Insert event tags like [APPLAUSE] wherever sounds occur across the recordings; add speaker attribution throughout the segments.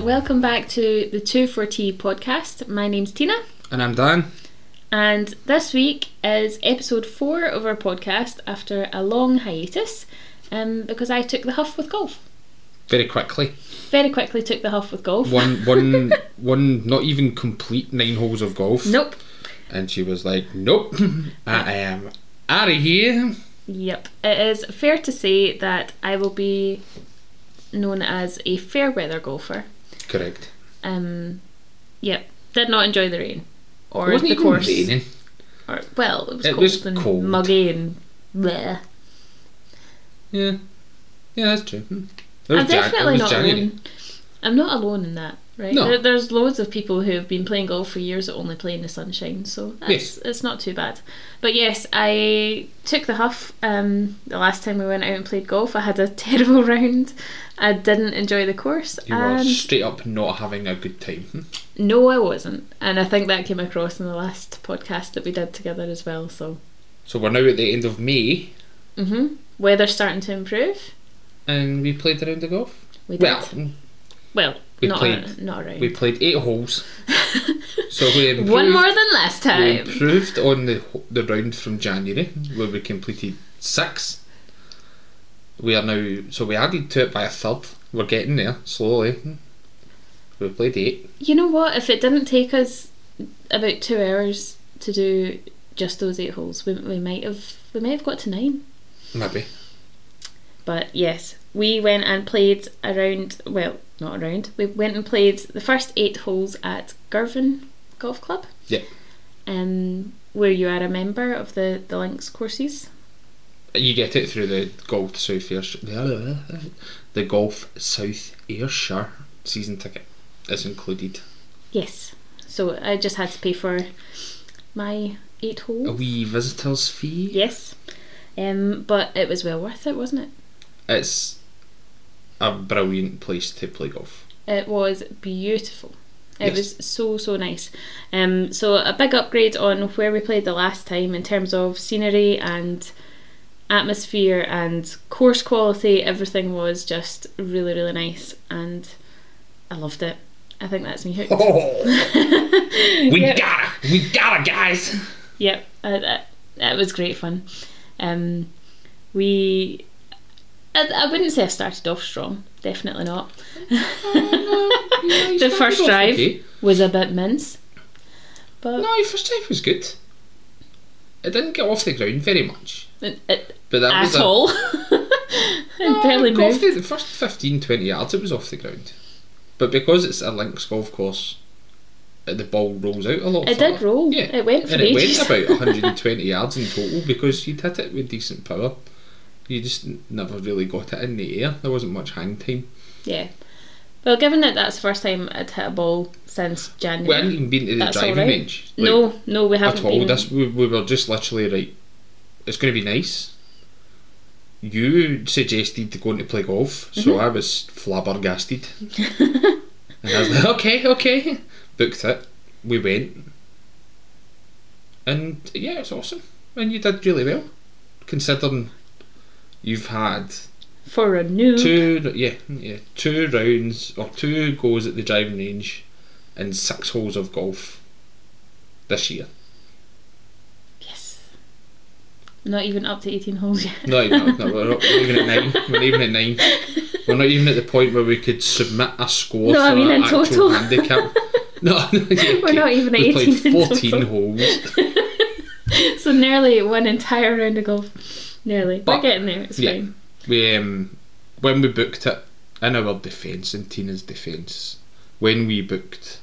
Speaker 1: welcome back to the Two for Tea podcast. My name's Tina,
Speaker 2: And I'm Dan.
Speaker 1: and this week is episode four of our podcast after a long hiatus, um, because I took the huff with golf.
Speaker 2: Very quickly,
Speaker 1: Very quickly took the huff with golf. [LAUGHS]
Speaker 2: one, one, one, not even complete nine holes of golf,
Speaker 1: Nope.
Speaker 2: and she was
Speaker 1: [LAUGHS]
Speaker 2: like, "Nope, I am out of here."
Speaker 1: Yep. It is fair to say that I will be known as a fair weather golfer.
Speaker 2: Correct.
Speaker 1: Um, yep. Did not enjoy the rain or
Speaker 2: it wasn't
Speaker 1: the
Speaker 2: even
Speaker 1: course.
Speaker 2: raining.
Speaker 1: Or, well, it was
Speaker 2: It
Speaker 1: cold
Speaker 2: was
Speaker 1: and
Speaker 2: cold.
Speaker 1: muggy and bleh.
Speaker 2: Yeah, yeah, that's true. Hmm. It was
Speaker 1: I'm
Speaker 2: Jan- it
Speaker 1: definitely
Speaker 2: was
Speaker 1: not
Speaker 2: January.
Speaker 1: alone. I'm not alone in that, right?
Speaker 2: No.
Speaker 1: There, there's loads of people who have been playing golf for years that only play in the sunshine, so that's,
Speaker 2: Yes.
Speaker 1: it's not too bad. But yes, I took the huff um, the last time we went out and played golf. I had a [LAUGHS] terrible round. I didn't enjoy the course.
Speaker 2: You were
Speaker 1: and
Speaker 2: straight up not having a good time. Hmm.
Speaker 1: No, I wasn't. And I think that came across in the last podcast that we did together as well, so.
Speaker 2: So we're now at the end of May, Mm-hmm.
Speaker 1: hmm Weather's starting to improve.
Speaker 2: and we played a round of golf.
Speaker 1: We did.
Speaker 2: Well,
Speaker 1: Well,
Speaker 2: we
Speaker 1: not,
Speaker 2: played-
Speaker 1: a, not a round.
Speaker 2: we played
Speaker 1: [LAUGHS]
Speaker 2: eight holes, so we improved,
Speaker 1: One more than last
Speaker 2: we
Speaker 1: time.
Speaker 2: improved on the the round from January where we completed six. We are now so we added to it by a third. We're getting there slowly. Hmm. We played eight.
Speaker 1: You know what? If it didn't take us about two hours to do just those eight holes, we, we might have we might have got to nine.
Speaker 2: Maybe
Speaker 1: But yes, we went and played around. Well, not around. We went and played the first eight holes at Girvan Golf Club.
Speaker 2: Yep.
Speaker 1: Um, where you are a member of the the links courses.
Speaker 2: you get it through the Golf South Ayrshire. The Golf South Ayrshire season ticket is included.
Speaker 1: Yes. So I just had to pay for my eight holes.
Speaker 2: A wee visitors fee.
Speaker 1: Yes. Um, but it was well worth it, wasn't it?
Speaker 2: It's a brilliant place to play golf.
Speaker 1: It was beautiful. It
Speaker 2: Yes.
Speaker 1: was so so nice. Um, so a big upgrade on where we played the last time in terms of scenery and atmosphere and course quality. Everything was just really really nice, and I loved it. I think that's me [LAUGHS] hooked.
Speaker 2: Oh, we
Speaker 1: Yep.
Speaker 2: gotta, we gotta, guys.
Speaker 1: Yep, uh, that, that was great fun. Um, we, I, I wouldn't say I started off strong. Definitely not.
Speaker 2: you
Speaker 1: the
Speaker 2: started
Speaker 1: first
Speaker 2: off
Speaker 1: drive
Speaker 2: Mm, okay.
Speaker 1: was a bit mince, but
Speaker 2: No, your first drive was good. It didn't get off the ground very much,
Speaker 1: it, it,
Speaker 2: but that was
Speaker 1: at [LAUGHS]
Speaker 2: a,
Speaker 1: all. it barely
Speaker 2: it got off
Speaker 1: moved.
Speaker 2: the, the first 15, 20 yards. It was off the ground, but because it's a links golf course, uh, the ball rolls out a lot.
Speaker 1: It
Speaker 2: further.
Speaker 1: did roll.
Speaker 2: Yeah,
Speaker 1: It went for
Speaker 2: and it
Speaker 1: ages.
Speaker 2: went
Speaker 1: [LAUGHS]
Speaker 2: about 120 yards in total because you'd hit it with decent power. You just n- never really got it in the air. There wasn't much hang time.
Speaker 1: Yeah. Well, given that that's the first time I'd hit a ball since January.
Speaker 2: We hadn't even been to the
Speaker 1: That's
Speaker 2: driving
Speaker 1: all right.
Speaker 2: range. like,
Speaker 1: no, no, we haven't
Speaker 2: at all.
Speaker 1: been.
Speaker 2: This we, we were just literally right. It's going to be nice. You suggested going to play golf,
Speaker 1: Mm-hmm.
Speaker 2: so I
Speaker 1: [LAUGHS]
Speaker 2: was flabbergasted. and I was like, okay, okay, booked it. We went, and yeah, it's awesome. And you did really well, considering you've had
Speaker 1: For a new.
Speaker 2: two, yeah, yeah, two rounds or two goes at the driving range, and six holes of golf this year.
Speaker 1: Yes. Not even up to 18 holes yet. [LAUGHS]
Speaker 2: No, no, no, we're not we're not even at nine. We're not even at nine. We're not even at the point where we could submit a score
Speaker 1: No,
Speaker 2: for
Speaker 1: I mean
Speaker 2: our
Speaker 1: in
Speaker 2: actual
Speaker 1: total. [LAUGHS]
Speaker 2: handicap. No, no okay.
Speaker 1: We're not even at
Speaker 2: we
Speaker 1: 18 in
Speaker 2: played 14
Speaker 1: total.
Speaker 2: holes.
Speaker 1: so nearly one entire round of golf. Nearly.
Speaker 2: But-
Speaker 1: We're getting there. It's
Speaker 2: yeah.
Speaker 1: fine.
Speaker 2: We, um, when we booked it, in our defence, in Tina's defence, when we booked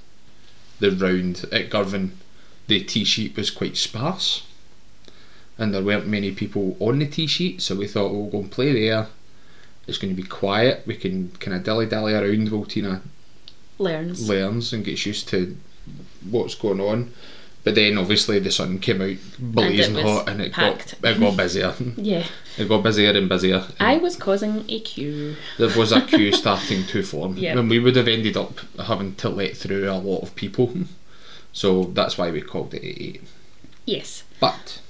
Speaker 2: the round at Girvan, the tee sheet was quite sparse. And there weren't many people on the tee sheet, so we thought we'll go and play there. It's going to be quiet. We can kind of dilly dally around while Tina
Speaker 1: Learns.
Speaker 2: learns and gets used to what's going on. But then obviously the sun came out blazing
Speaker 1: was
Speaker 2: hot and it
Speaker 1: packed.
Speaker 2: got it got busier. [LAUGHS]
Speaker 1: yeah.
Speaker 2: it got busier and busier.
Speaker 1: I was causing a queue.
Speaker 2: there was a queue starting to form.
Speaker 1: Yep.
Speaker 2: And we would have ended up having to let through a lot of people. [LAUGHS] So that's why we called it at eight.
Speaker 1: Yes.
Speaker 2: But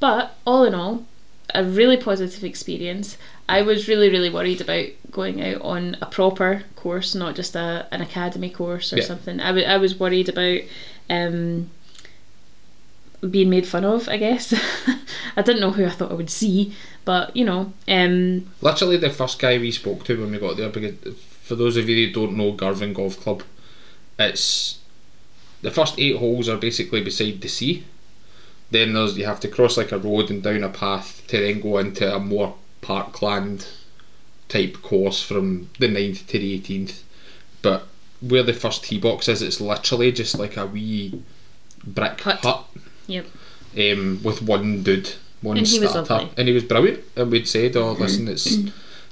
Speaker 1: But all in all, a really positive experience. I was really, really worried about going out on a proper course, not just a, an academy course or
Speaker 2: Yeah.
Speaker 1: something. I wa- I was worried about um, being made fun of, I guess. [LAUGHS] I didn't know who I thought I would see, but you know, um,
Speaker 2: Literally, the first guy we spoke to when we got there, because for those of you that don't know Garvin Golf Club, it's the first eight holes are basically beside the sea. Then there's you have to cross like a road and down a path to then go into a more parkland type course from the 9th to the 18th. But where the first tee box is, it's literally just like a wee brick
Speaker 1: Hut.
Speaker 2: hut
Speaker 1: yep.
Speaker 2: um, with one dude, one
Speaker 1: And he was
Speaker 2: starter,
Speaker 1: lovely. Mm-hmm.
Speaker 2: and he was brilliant. And we'd said, "Oh, listen, it's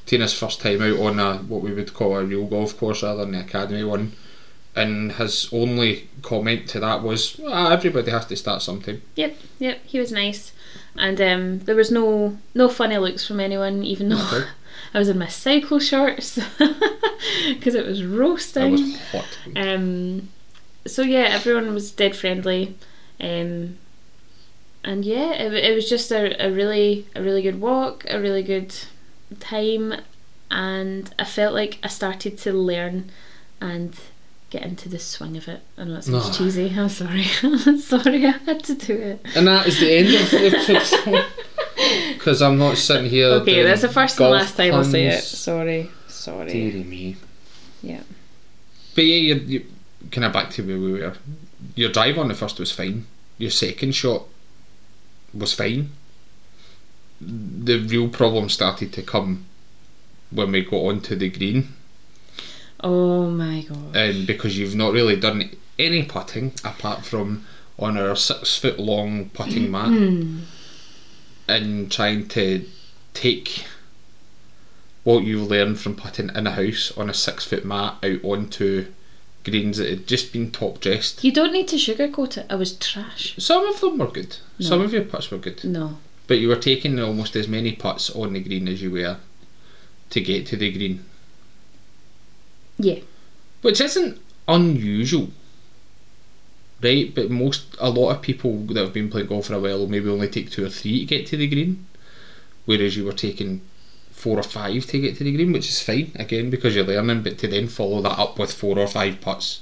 Speaker 2: Tina's first time out on a what we would call a real golf course rather than the academy one." And his only comment to that was, well, "Everybody has to start sometime."
Speaker 1: Yep, yep, he was nice, and um, there was no no funny looks from anyone, even though
Speaker 2: Okay.
Speaker 1: [LAUGHS] I was in my cycle shorts [LAUGHS] because it was
Speaker 2: That
Speaker 1: roasting.
Speaker 2: was hot.
Speaker 1: Um, so yeah, everyone was dead friendly, um, and yeah, it, wa- it was just a, a really a really good walk, a really good time, and I felt like I started to learn and get into the swing of it. I know it sounds
Speaker 2: No.
Speaker 1: cheesy. I'm sorry. [LAUGHS] I'm sorry. I had to do it.
Speaker 2: And that is the end
Speaker 1: [LAUGHS]
Speaker 2: of the episode because I'm not sitting here.
Speaker 1: Okay,
Speaker 2: doing
Speaker 1: that's the first and
Speaker 2: golf
Speaker 1: last time I'll say it.
Speaker 2: puns.
Speaker 1: Sorry. Sorry.
Speaker 2: Deary me.
Speaker 1: Yeah.
Speaker 2: But yeah, you're, you kind of back to where we were. Your drive on the first was fine. Your second shot was fine. The real problem started to come when we got onto the green,
Speaker 1: Oh my god.
Speaker 2: and because you've not really done any putting apart from on our six foot long putting mat and trying to take what you've learned from putting in a house on a six foot mat out onto greens that had just been top dressed
Speaker 1: You don't need to sugarcoat it. I was trash.
Speaker 2: Some of them were good. Some of your putts were good.
Speaker 1: No.
Speaker 2: But you were taking almost as many putts on the green as you were to get to the green.
Speaker 1: Yeah.
Speaker 2: Which isn't unusual. Right? But most a lot of people that have been playing golf for a while maybe only take two or three to get to the green. Whereas you were taking four or five to get to the green, which is fine, again, because you're learning, but to then follow that up with four or five putts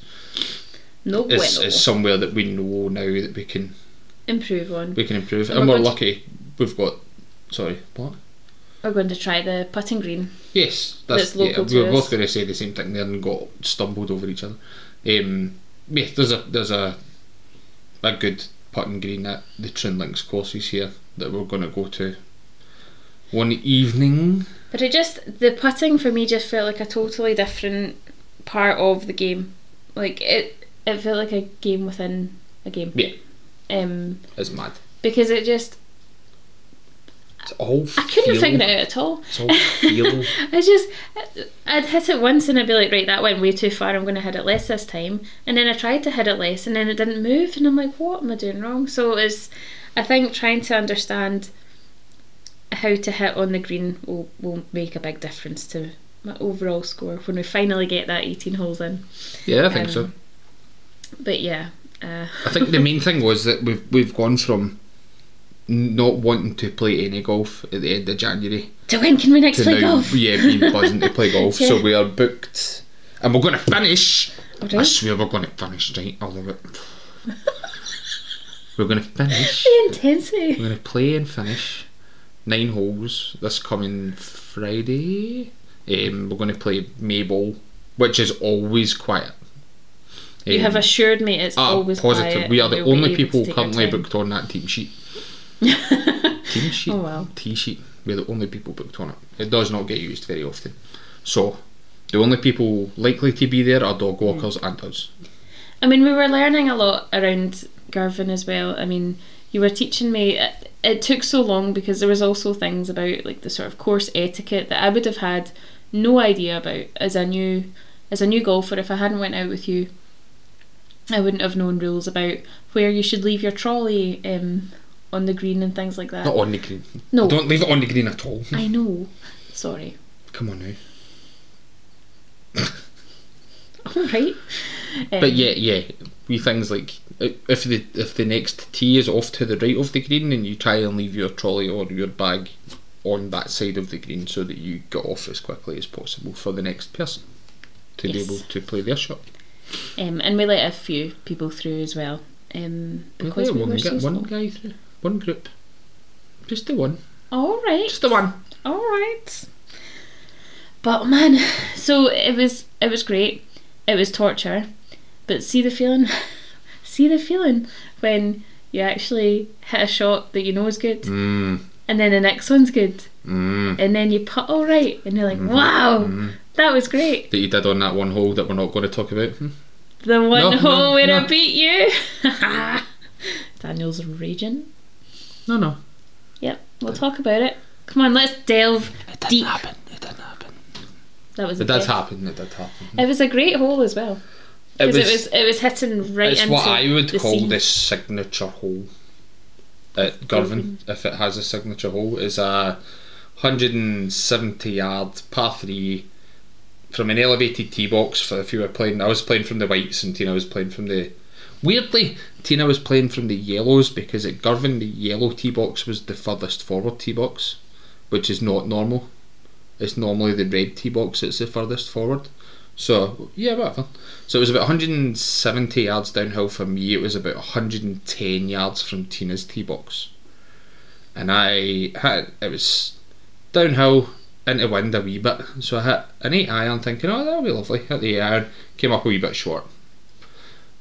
Speaker 1: No
Speaker 2: is,
Speaker 1: bueno.
Speaker 2: is somewhere that we know now that we can
Speaker 1: Improve on.
Speaker 2: we can improve.
Speaker 1: And
Speaker 2: And
Speaker 1: we're
Speaker 2: we're
Speaker 1: going to-
Speaker 2: lucky we've got sorry, what?
Speaker 1: We're going to try the putting green.
Speaker 2: Yes,
Speaker 1: That's
Speaker 2: that's, yeah,
Speaker 1: local
Speaker 2: we were
Speaker 1: to us.
Speaker 2: both going to say the same thing there and got stumbled over each other. Um, yeah, there's a there's a a good putting green at the Trinlinks courses here that we're going to go to one evening.
Speaker 1: But it just the putting for me just felt like a totally different part of the game. Like it it felt like a game within a game.
Speaker 2: Yeah,
Speaker 1: Um
Speaker 2: it's mad.
Speaker 1: because it just
Speaker 2: It's all
Speaker 1: I couldn't
Speaker 2: feel.
Speaker 1: figure it out at all.
Speaker 2: It's all feel.
Speaker 1: [LAUGHS] I just, I'd hit it once and I'd be like, right, that went way too far. I'm going to hit it less this time. And then I tried to hit it less, and then it didn't move, and I'm like, what am I doing wrong? So it's, I think trying to understand how to hit on the green will will make a big difference to my overall score when we finally get that 18 holes in.
Speaker 2: yeah, I think so.
Speaker 1: Um, But yeah, uh, [LAUGHS]
Speaker 2: I think the main thing was that we've we've gone from not wanting to play any golf at the end of January
Speaker 1: to when can we next
Speaker 2: to
Speaker 1: play
Speaker 2: now,
Speaker 1: golf?
Speaker 2: yeah, being pleasant to play golf.
Speaker 1: [LAUGHS] Yeah. Oh,
Speaker 2: So we are booked, and we're going to finish. I
Speaker 1: Right.
Speaker 2: swear we're going to finish. Right,
Speaker 1: [LAUGHS]
Speaker 2: I love it. we're going to finish.
Speaker 1: The intensity.
Speaker 2: We're going to play and finish nine holes this coming Friday. Um, we're going to play Mayball, which is always quiet.
Speaker 1: You
Speaker 2: Um,
Speaker 1: have assured me it's
Speaker 2: ah,
Speaker 1: always
Speaker 2: positive.
Speaker 1: quiet
Speaker 2: we are
Speaker 1: and
Speaker 2: the
Speaker 1: we'll be
Speaker 2: only
Speaker 1: able to
Speaker 2: people
Speaker 1: take our
Speaker 2: currently
Speaker 1: time.
Speaker 2: booked on that team sheet.
Speaker 1: [LAUGHS]
Speaker 2: team sheet.
Speaker 1: Oh, wow.
Speaker 2: T sheet. We're the only people booked on it. It does not get used very often. So, the only people likely to be there are dog walkers and us.
Speaker 1: I mean, we were learning a lot around Garvin as well. I mean, you were teaching me. It, it took so long because there was also things about like the sort of course etiquette that I would have had no idea about as a new as a new golfer if I hadn't went out with you. I wouldn't have known rules about where you should leave your trolley um, on the green and things like that.
Speaker 2: Not on the green.
Speaker 1: No.
Speaker 2: Don't leave it on the green at all.
Speaker 1: I know. Sorry. [LAUGHS]
Speaker 2: Come on now.
Speaker 1: All right. Um,
Speaker 2: But yeah, yeah, wee things like if the if the next tee is off to the right of the green, then you try and leave your trolley or your bag on that side of the green so that you get off as quickly as possible for the next person to be
Speaker 1: Yes.
Speaker 2: able to play their shot.
Speaker 1: Um, and we let a few people through as well. Um, because
Speaker 2: Yeah,
Speaker 1: we
Speaker 2: one,
Speaker 1: were
Speaker 2: guy-
Speaker 1: so
Speaker 2: one
Speaker 1: small.
Speaker 2: guy through, one group, just the one,
Speaker 1: All right.
Speaker 2: just the one.
Speaker 1: All right. But man, so it was it was great. It was torture. But see the feeling [LAUGHS] see the feeling when you actually hit a shot that you know is good
Speaker 2: Mm,
Speaker 1: and then the next one's good
Speaker 2: mm,
Speaker 1: and then you putt all right and you're like,
Speaker 2: Mm-hmm.
Speaker 1: "Wow, that was great."
Speaker 2: that you did on that one hole that we're not going to talk about. Hmm.
Speaker 1: The one
Speaker 2: No,
Speaker 1: hole
Speaker 2: no,
Speaker 1: where I
Speaker 2: no.
Speaker 1: beat
Speaker 2: [LAUGHS]
Speaker 1: you. Daniel's raging.
Speaker 2: No, no,
Speaker 1: Yep, we'll talk about it. Come on, let's delve deep.
Speaker 2: happen. It didn't happen.
Speaker 1: That was a
Speaker 2: It did
Speaker 1: bit-
Speaker 2: happen. It did happen.
Speaker 1: It was a great hole as well. Because it was, it was hitting right
Speaker 2: it's
Speaker 1: into
Speaker 2: what I would
Speaker 1: the
Speaker 2: call
Speaker 1: scene. [LAUGHS]
Speaker 2: this signature hole at Girvan,
Speaker 1: Mm-hmm.
Speaker 2: if it has a signature hole, is a 170 yard par three from an elevated tee box. For if you were playing, I was playing from the whites, and Tina was playing from the. Weirdly, Tina was playing from the yellows because at Girvan the yellow tee box was the furthest forward tee box, which is not normal. It's normally the red tee box that's the furthest forward. So yeah, whatever. So it was about 170 yards downhill for me. It was about 110 yards from Tina's tee box, and I had it was downhill into wind a wee bit. So I hit an eight iron, thinking, oh, that'll be lovely. Hit the eight iron, came up a wee bit short.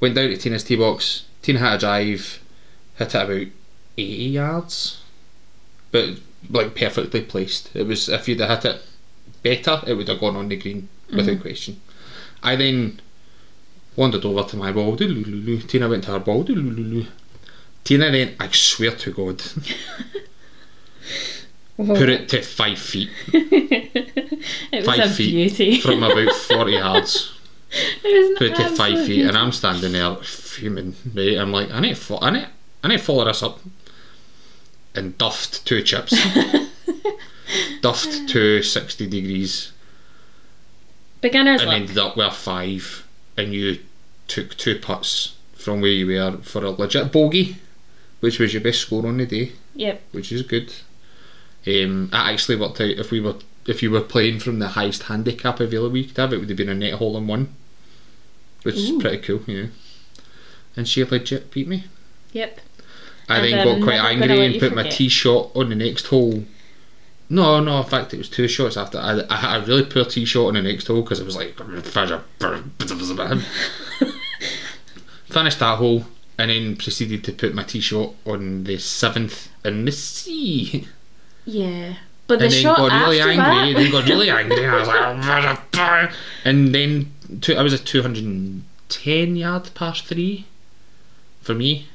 Speaker 2: Went down to Tina's tee box. Tina had a drive, hit it about 80 yards, but like perfectly placed. It was if you'd have hit it better, it would have gone on the green without question. I then wandered over to my ball. doodle-loo-loo-loo. Tina went to her ball. doodle-loo-loo-loo. Tina then, I swear to God, put it to five feet
Speaker 1: it was
Speaker 2: five
Speaker 1: a
Speaker 2: feet
Speaker 1: beauty. [LAUGHS]
Speaker 2: from about 40 yards.
Speaker 1: it was
Speaker 2: Put
Speaker 1: an
Speaker 2: it to five
Speaker 1: absolute
Speaker 2: feet, and
Speaker 1: beauty.
Speaker 2: I'm standing there fuming. Right? I'm like, I need to, fo- I need, I need to follow this up. And duffed two chips. duffed two 60 degrees.
Speaker 1: Beginner's
Speaker 2: and
Speaker 1: luck.
Speaker 2: ended up with five, and you took two putts from where you were for a legit bogey, which was your best score on the day,
Speaker 1: Yep.
Speaker 2: which is good. Um, that actually worked out. If we were if you were playing from the highest handicap available you could have, it would have been a net hole in one, which
Speaker 1: Ooh.
Speaker 2: is pretty cool, you know. And she legit beat me.
Speaker 1: Yep.
Speaker 2: I
Speaker 1: And
Speaker 2: then
Speaker 1: I'm
Speaker 2: got quite
Speaker 1: never gonna
Speaker 2: angry
Speaker 1: let
Speaker 2: and
Speaker 1: you
Speaker 2: put my
Speaker 1: forget.
Speaker 2: tee shot on the next hole. No, no, in fact, it was two shots after. I, I had a really poor tee shot on the next hole because it was like. [LAUGHS] Finished that hole and then proceeded to put my tee shot on the seventh in the sea.
Speaker 1: Yeah. But the
Speaker 2: And then
Speaker 1: shot
Speaker 2: got really
Speaker 1: after
Speaker 2: angry,
Speaker 1: that,
Speaker 2: then got really angry, and I was "Oh, like. And then two, I was a 210 yard past three for me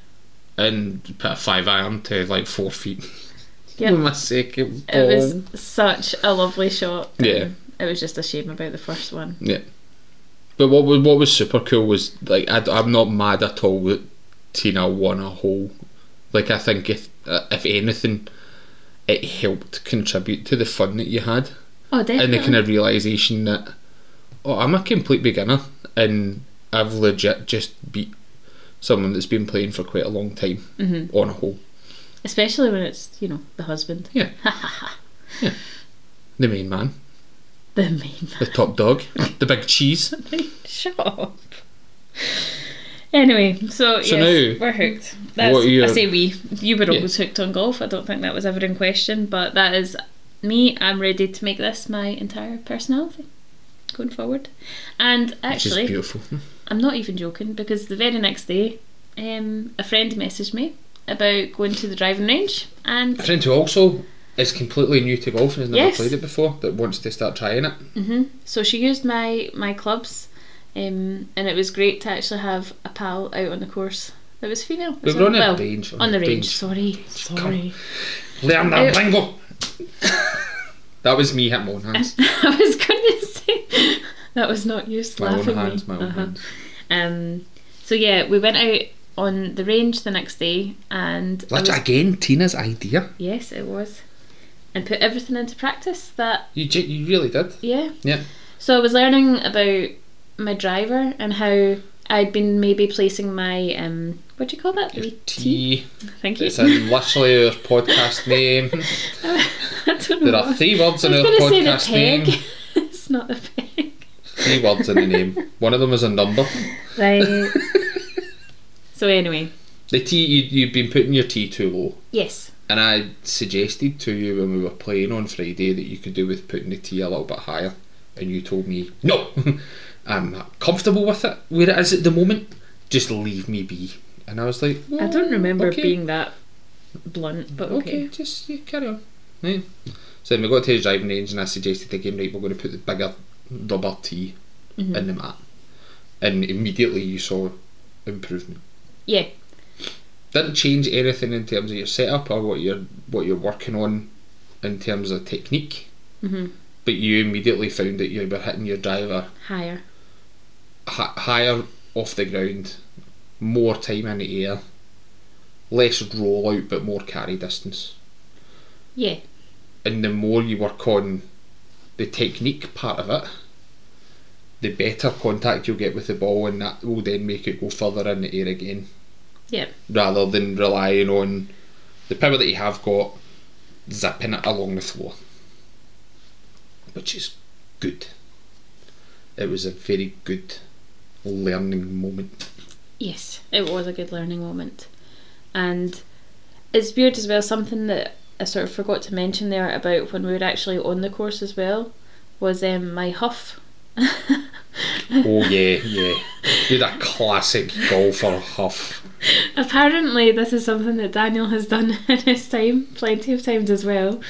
Speaker 2: and put a five iron to like four feet. [LAUGHS]
Speaker 1: Yep.
Speaker 2: my second
Speaker 1: [LAUGHS] it was such a lovely shot.
Speaker 2: Yeah.
Speaker 1: It was just a shame about the first one.
Speaker 2: Yeah. But what was what was super cool was like I, am not mad at all that Tina won a hole. Like I think if uh, if anything, it helped contribute to the fun that you had
Speaker 1: Oh, definitely.
Speaker 2: and the kind of realization that oh I'm a complete beginner and I've legit just beat someone that's been playing for quite a long time
Speaker 1: Mm-hmm.
Speaker 2: on a hole.
Speaker 1: Especially when it's, you know, the husband,
Speaker 2: Yeah. yeah. The main man,
Speaker 1: [LAUGHS] the main
Speaker 2: the top dog, the big cheese.
Speaker 1: man. Shut up. Anyway, so,
Speaker 2: So
Speaker 1: yes,
Speaker 2: now-
Speaker 1: we're hooked. That's,
Speaker 2: What are your-
Speaker 1: I say we. You were always hooked on golf. I don't think that was ever in question, but that is me. I'm ready to make this my entire personality going forward. And
Speaker 2: Which is
Speaker 1: actually,
Speaker 2: beautiful.
Speaker 1: I'm not even joking because the very next day, um, a friend messaged me about going to the driving range and
Speaker 2: A friend who also is completely new to golf and has never
Speaker 1: Yes.
Speaker 2: played it before that wants to start trying it.
Speaker 1: hmm So she used my my clubs, um, and it was great to actually have a pal out on the course that was female.
Speaker 2: We
Speaker 1: as
Speaker 2: were on a
Speaker 1: well.
Speaker 2: range, on
Speaker 1: On the
Speaker 2: a
Speaker 1: range.
Speaker 2: range.
Speaker 1: Sorry, sorry. [LAUGHS]
Speaker 2: Learn that
Speaker 1: Uh,
Speaker 2: lingo! [LAUGHS] that was me hitting my own hands.
Speaker 1: I was going to say that was not you
Speaker 2: My own
Speaker 1: laughing at me.
Speaker 2: hands, my own
Speaker 1: Uh-huh.
Speaker 2: hands.
Speaker 1: Um. So yeah, we went out on the range the next day, and I
Speaker 2: That's
Speaker 1: was-
Speaker 2: again Tina's idea.
Speaker 1: yes, it was, and put everything into practice. That
Speaker 2: You, ge- you really did.
Speaker 1: yeah.
Speaker 2: Yeah.
Speaker 1: So I was learning about my driver and how I'd been maybe placing my um, what do you call that?
Speaker 2: Your
Speaker 1: My tea.
Speaker 2: tea.
Speaker 1: Thank you.
Speaker 2: It's in literally
Speaker 1: [LAUGHS]
Speaker 2: our podcast name.
Speaker 1: I don't know.
Speaker 2: There are three words
Speaker 1: I
Speaker 2: in
Speaker 1: was
Speaker 2: our
Speaker 1: going to say the
Speaker 2: podcast
Speaker 1: peg.
Speaker 2: name.
Speaker 1: [LAUGHS] it's not the peg.
Speaker 2: Three words in the name. One of them is a number.
Speaker 1: Right. so anyway,
Speaker 2: The tea you, you've been putting your tea too low,
Speaker 1: yes.
Speaker 2: and I suggested to you when we were playing on Friday that you could do with putting the tea a little bit higher, and you told me no, [LAUGHS] I'm not comfortable with it where it is at the moment. Just leave me be. And I was like,
Speaker 1: I don't remember
Speaker 2: Oh, okay.
Speaker 1: being that blunt, but
Speaker 2: Okay,
Speaker 1: okay.
Speaker 2: just yeah, carry on. Right. So then we got to his driving range and I suggested again, right, we're going to put the bigger rubber tee in the mat. And immediately you saw improvement.
Speaker 1: Yeah.
Speaker 2: Didn't change anything in terms of your setup or what you're what you're working on in terms of technique. Mm-hmm.
Speaker 1: Mhm.
Speaker 2: But you immediately found that you were hitting your driver
Speaker 1: Higher.
Speaker 2: hi higher off the ground, more time in the air, less roll out but more carry distance.
Speaker 1: Yeah.
Speaker 2: and the more you work on the technique part of it, the better contact you'll get with the ball, and that will then make it go further in the air again,
Speaker 1: Yeah.
Speaker 2: rather than relying on the power that you have got zipping it along the floor, which is good. It was a very good learning moment.
Speaker 1: Yes, it was a good learning moment. And it's weird as well, something that I sort of forgot to mention there about when we were actually on the course as well was um, my huff. [LAUGHS]
Speaker 2: Oh yeah, [LAUGHS] yeah. You're a classic golfer huff.
Speaker 1: Apparently, this is something that Daniel has done [LAUGHS] in his time, plenty of times as well.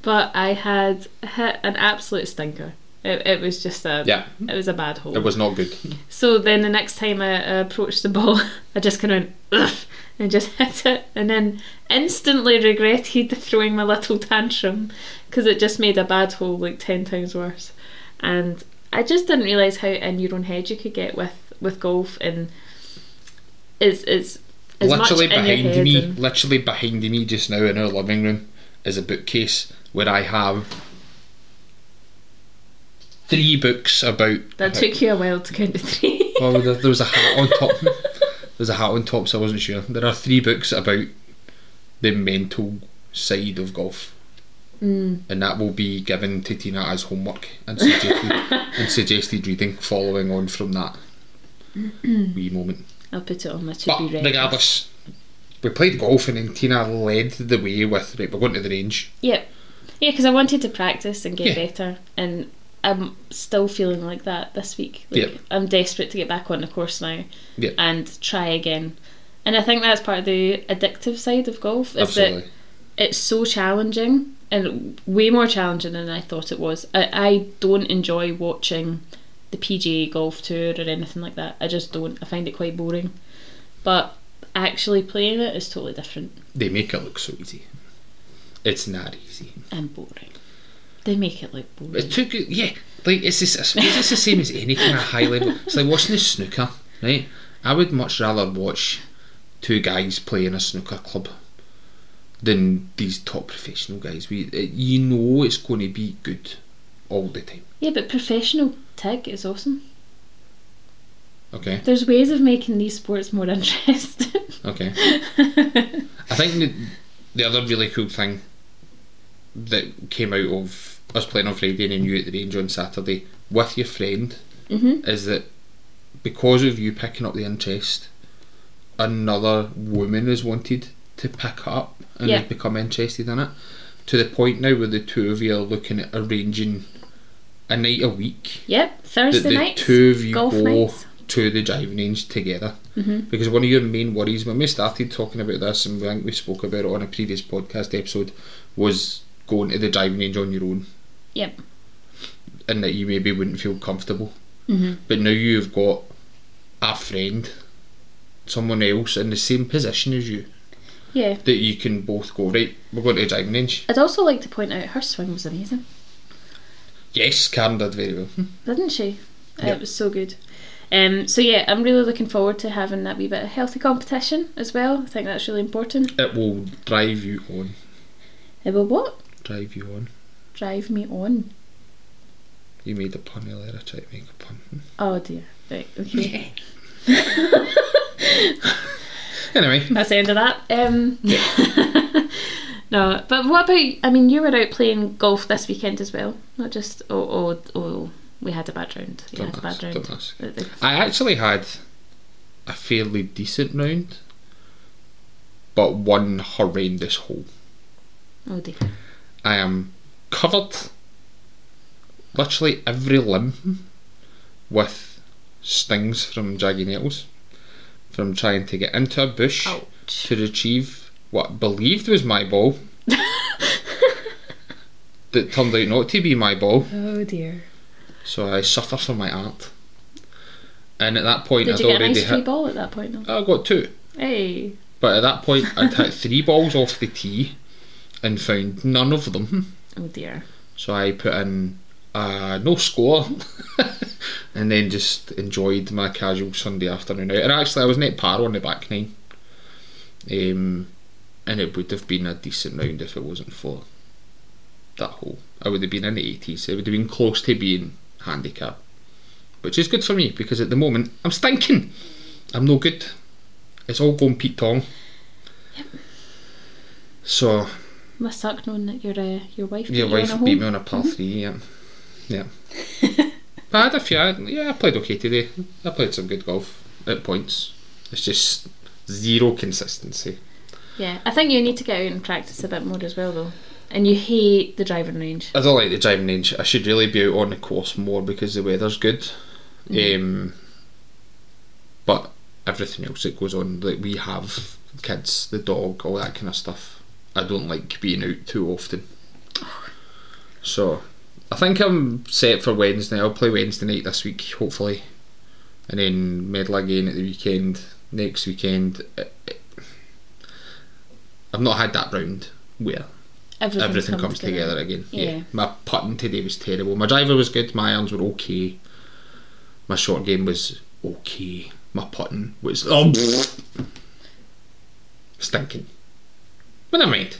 Speaker 1: But I had hit an absolute stinker. It, it was just a
Speaker 2: Yeah,
Speaker 1: it was a bad hole.
Speaker 2: it was not good.
Speaker 1: So then the next time I, I approached the ball, [LAUGHS] I just kind of went Ugh, and just [LAUGHS] hit it, and then instantly regretted [LAUGHS] throwing my little tantrum because it just made a bad hole like ten times worse. And I just didn't realise how in your own head you could get with with golf, and it's it's as
Speaker 2: literally
Speaker 1: much in your
Speaker 2: behind
Speaker 1: head
Speaker 2: me,
Speaker 1: and-
Speaker 2: literally behind me just now in our living room is a bookcase where I have three books about.
Speaker 1: that took you a while to count to three.
Speaker 2: Oh, there, there was a hat on top. There's a hat on top, so I wasn't sure. There are three books about the mental side of golf,
Speaker 1: Mm,
Speaker 2: and that will be given to Tina as homework and
Speaker 1: [LAUGHS]
Speaker 2: suggested, and suggested reading following on
Speaker 1: [CLEARS THROAT]
Speaker 2: from that wee moment.
Speaker 1: [LAUGHS] I'll put it on my to
Speaker 2: But
Speaker 1: be read.
Speaker 2: regardless, we played golf and then Tina led the way with right. We're going to the range.
Speaker 1: Yep. Yeah, because I wanted to practice and get
Speaker 2: Yeah.
Speaker 1: better, and I'm still feeling like that this week. Like,
Speaker 2: Yeah.
Speaker 1: I'm desperate to get back on the course now
Speaker 2: Yeah.
Speaker 1: and try again. And I think that's part of the addictive side of golf is
Speaker 2: Absolutely.
Speaker 1: that it's so challenging and way more challenging than I thought it was. I, I don't enjoy watching the PGA golf tour or anything like that. I just don't. I find it quite boring. But actually playing it is totally different
Speaker 2: They make it look so easy. It's not easy.
Speaker 1: and boring. They make it look boring.
Speaker 2: It took yeah, like it's just, I suppose it's the same as any kind of high level. It's like watching the snooker, right? I would much rather watch two guys play in a snooker club than these top professional guys. We it, you know it's going to be good all the time.
Speaker 1: Yeah, but professional tag is awesome.
Speaker 2: Okay,
Speaker 1: There's ways of making these sports more [LAUGHS] interesting.
Speaker 2: okay. I think the, the other really cool thing that came out of us playing on Friday and then you at the range on Saturday with your friend
Speaker 1: hmm
Speaker 2: is that because of you picking up the interest, another woman has wanted to pick up and
Speaker 1: Yeah.
Speaker 2: has become interested in it to the point now where the two of you are looking at arranging a night a week
Speaker 1: Yep,
Speaker 2: that
Speaker 1: Thursday
Speaker 2: the
Speaker 1: nights,
Speaker 2: two of you
Speaker 1: golf
Speaker 2: go
Speaker 1: nights. Mm-hmm.
Speaker 2: to the driving range together. Because one of your main worries when we started talking about this, and I think we spoke about it on a previous podcast episode, was going to the driving range on your own
Speaker 1: Yep.
Speaker 2: and that you maybe wouldn't feel comfortable.
Speaker 1: Mhm.
Speaker 2: But now you've got a friend, someone else in the same position as you,
Speaker 1: Yeah.
Speaker 2: that you can both go, right, we're going to the driving range.
Speaker 1: I'd also like to point out her swing was amazing,
Speaker 2: Yes, Karen did very well. [LAUGHS]
Speaker 1: didn't she? Uh,
Speaker 2: Yep.
Speaker 1: It was so good. Um, so yeah, I'm really looking forward to having that wee bit of healthy competition as well. I think that's really important.
Speaker 2: It will drive you on.
Speaker 1: It will what?
Speaker 2: Drive you on.
Speaker 1: Drive me on.
Speaker 2: You made a pun earlier, I tried to make a pun.
Speaker 1: Oh dear. Right, okay.
Speaker 2: [LAUGHS] Anyway,
Speaker 1: That's the end of that. Um, [LAUGHS] no, but what about? I mean, you were out playing golf this weekend as well, not just. Oh, oh, oh we had a bad round. We
Speaker 2: Don't
Speaker 1: had a
Speaker 2: ask,
Speaker 1: bad round.
Speaker 2: don't ask.
Speaker 1: Uh, uh,
Speaker 2: I actually had a fairly decent round, but one horrendous hole.
Speaker 1: Oh dear.
Speaker 2: I am covered literally every limb with stings from jagged nettles from trying to get into a bush
Speaker 1: Ouch.
Speaker 2: to retrieve what I believed was my
Speaker 1: [LAUGHS]
Speaker 2: ball that turned out not to be my ball
Speaker 1: Oh dear.
Speaker 2: so I suffer for my aunt and at that point
Speaker 1: Did
Speaker 2: I'd
Speaker 1: you get a
Speaker 2: already
Speaker 1: nice free
Speaker 2: hit
Speaker 1: ball at that point? Though?
Speaker 2: I got two
Speaker 1: Hey.
Speaker 2: but at that point I'd hit [LAUGHS] three balls off the tee and found none of them
Speaker 1: Oh dear.
Speaker 2: So I put in uh, no score [LAUGHS] and then just enjoyed my casual Sunday afternoon out. And actually, I was net par on the back nine. Um, and it would have been a decent round if it wasn't for that hole. I would have been in the 80s. It would have been close to being handicapped. Which is good for me because at the moment I'm stinking. I'm no good. It's all going Pete Tong. So
Speaker 1: Must suck knowing that your uh, your wife beat
Speaker 2: your
Speaker 1: you on a
Speaker 2: wife
Speaker 1: hole.
Speaker 2: beat me on a par three. Yeah, yeah. but I had a few. I, yeah, I played okay today. I played some good golf at points. It's just zero consistency.
Speaker 1: Yeah, I think you need to get out and practice a bit more as well, though. And you hate the driving range.
Speaker 2: I don't like the driving range. I should really be out on the course more because the weather's good. Um, but everything else that goes on, like we have kids, the dog, all that kind of stuff. I don't like being out too often. So, I think I'm set for Wednesday. I'll play Wednesday night this week, hopefully, and then Medla again at the weekend. Next weekend, I- I- I've not had that round where
Speaker 1: Everything,
Speaker 2: everything comes, together, again. Yeah.
Speaker 1: Yeah.
Speaker 2: My putting today was terrible. My driver was good. My irons were okay. My short game was okay. My putting was oh, stinking. But never mind.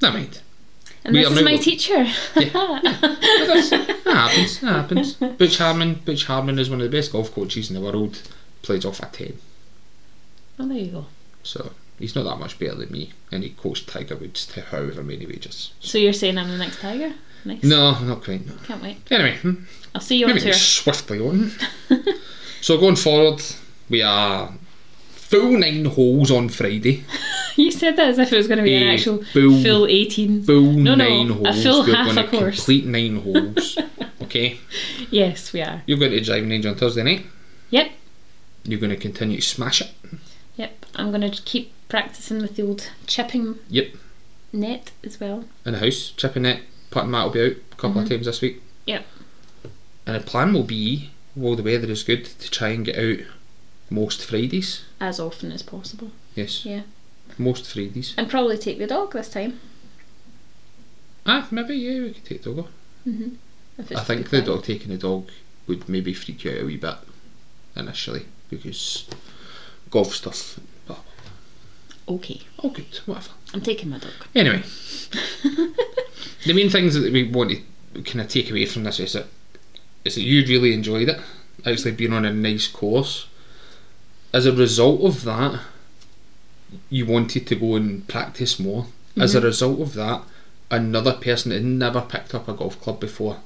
Speaker 2: Never mind.
Speaker 1: And
Speaker 2: We
Speaker 1: this
Speaker 2: are
Speaker 1: is
Speaker 2: now-
Speaker 1: my teacher. [LAUGHS]
Speaker 2: But that's, that happens. That happens. Butch Harmon. Butch Harmon is one of the best golf coaches in the world. Plays off a ten,
Speaker 1: well, there you go.
Speaker 2: so he's not that much better than me. And he coached Tiger Woods to however many wages.
Speaker 1: So you're saying I'm the next tiger? Nice.
Speaker 2: No, not quite. No.
Speaker 1: Can't wait.
Speaker 2: Anyway. hmm.
Speaker 1: I'll see you on
Speaker 2: Maybe
Speaker 1: tour. [LAUGHS]
Speaker 2: swiftly on. so going forward, we are full nine holes on Friday.
Speaker 1: You said that as if it was going to be an
Speaker 2: A
Speaker 1: actual
Speaker 2: full-
Speaker 1: full 18.
Speaker 2: Full
Speaker 1: No, no,
Speaker 2: nine
Speaker 1: a
Speaker 2: holes.
Speaker 1: full
Speaker 2: We're
Speaker 1: half
Speaker 2: gonna
Speaker 1: a course.
Speaker 2: Complete nine
Speaker 1: [LAUGHS]
Speaker 2: holes. okay,
Speaker 1: Yes, we are.
Speaker 2: you're going to driving range on Thursday night.
Speaker 1: Yep,
Speaker 2: You're going to continue to smash it.
Speaker 1: yep. I'm going to keep practicing with the old chipping
Speaker 2: Yep,
Speaker 1: net as well.
Speaker 2: in the house, chipping it, putting that will be out a couple of times this week.
Speaker 1: Mm-hmm. Yep.
Speaker 2: And the plan will be, while the weather is good, to try and get out most Fridays.
Speaker 1: As often as possible.
Speaker 2: Yes.
Speaker 1: Yeah.
Speaker 2: Most Fridays.
Speaker 1: And probably take the dog this time.
Speaker 2: Ah, maybe yeah, we could take Togo.
Speaker 1: If
Speaker 2: I
Speaker 1: it's
Speaker 2: think the
Speaker 1: pretty
Speaker 2: dog taking the dog would maybe freak you out a wee bit initially because golf stuff. But
Speaker 1: quiet. Okay,
Speaker 2: all good, whatever.
Speaker 1: I'm taking my dog.
Speaker 2: Anyway, the main things that we want to kind of take away from this is that is that you really enjoyed it. Actually, being on a nice course. As a result of that, you wanted to go and practice more. As a result of that, another person that never picked up a golf club before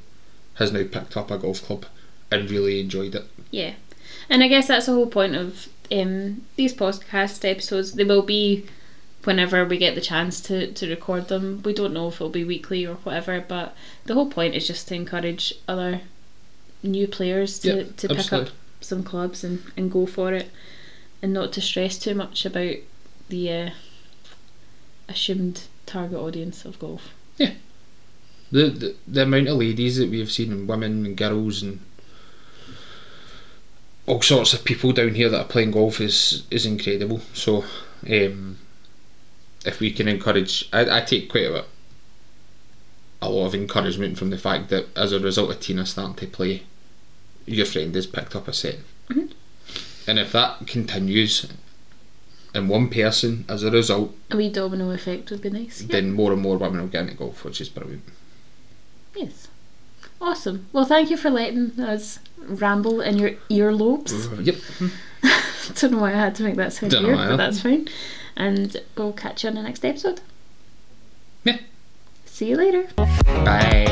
Speaker 2: has now picked up a golf club and really enjoyed it.
Speaker 1: Yeah, and I guess that's the whole point of um, these podcast episodes. They will be whenever we get the chance to, to record them. We don't know if it'll be weekly or whatever, but the whole point is just to encourage other new players to,
Speaker 2: Yeah,
Speaker 1: to pick up
Speaker 2: absolutely.
Speaker 1: some clubs and, and go for it and not to stress too much about the uh, assumed target audience of golf.
Speaker 2: The, the the amount of ladies that we've seen and women and girls and all sorts of people down here that are playing golf is is incredible. So um, if we can encourage, I, I take quite a bit, a lot of encouragement from the fact that as a result of Tina starting to play, your friend has picked up a set, and if that continues, in one person as a result,
Speaker 1: A wee domino effect would be nice. yeah.
Speaker 2: then more and more women will get into golf, which is brilliant.
Speaker 1: Yes. Awesome. Well, thank you for letting us ramble in your earlobes.
Speaker 2: Yep.
Speaker 1: [LAUGHS] Don't know why I had to make that sound
Speaker 2: Mm. Don't know
Speaker 1: weird,
Speaker 2: why
Speaker 1: but
Speaker 2: either.
Speaker 1: that's fine. And we'll catch you on the next episode.
Speaker 2: Yeah.
Speaker 1: See you later.
Speaker 2: Bye.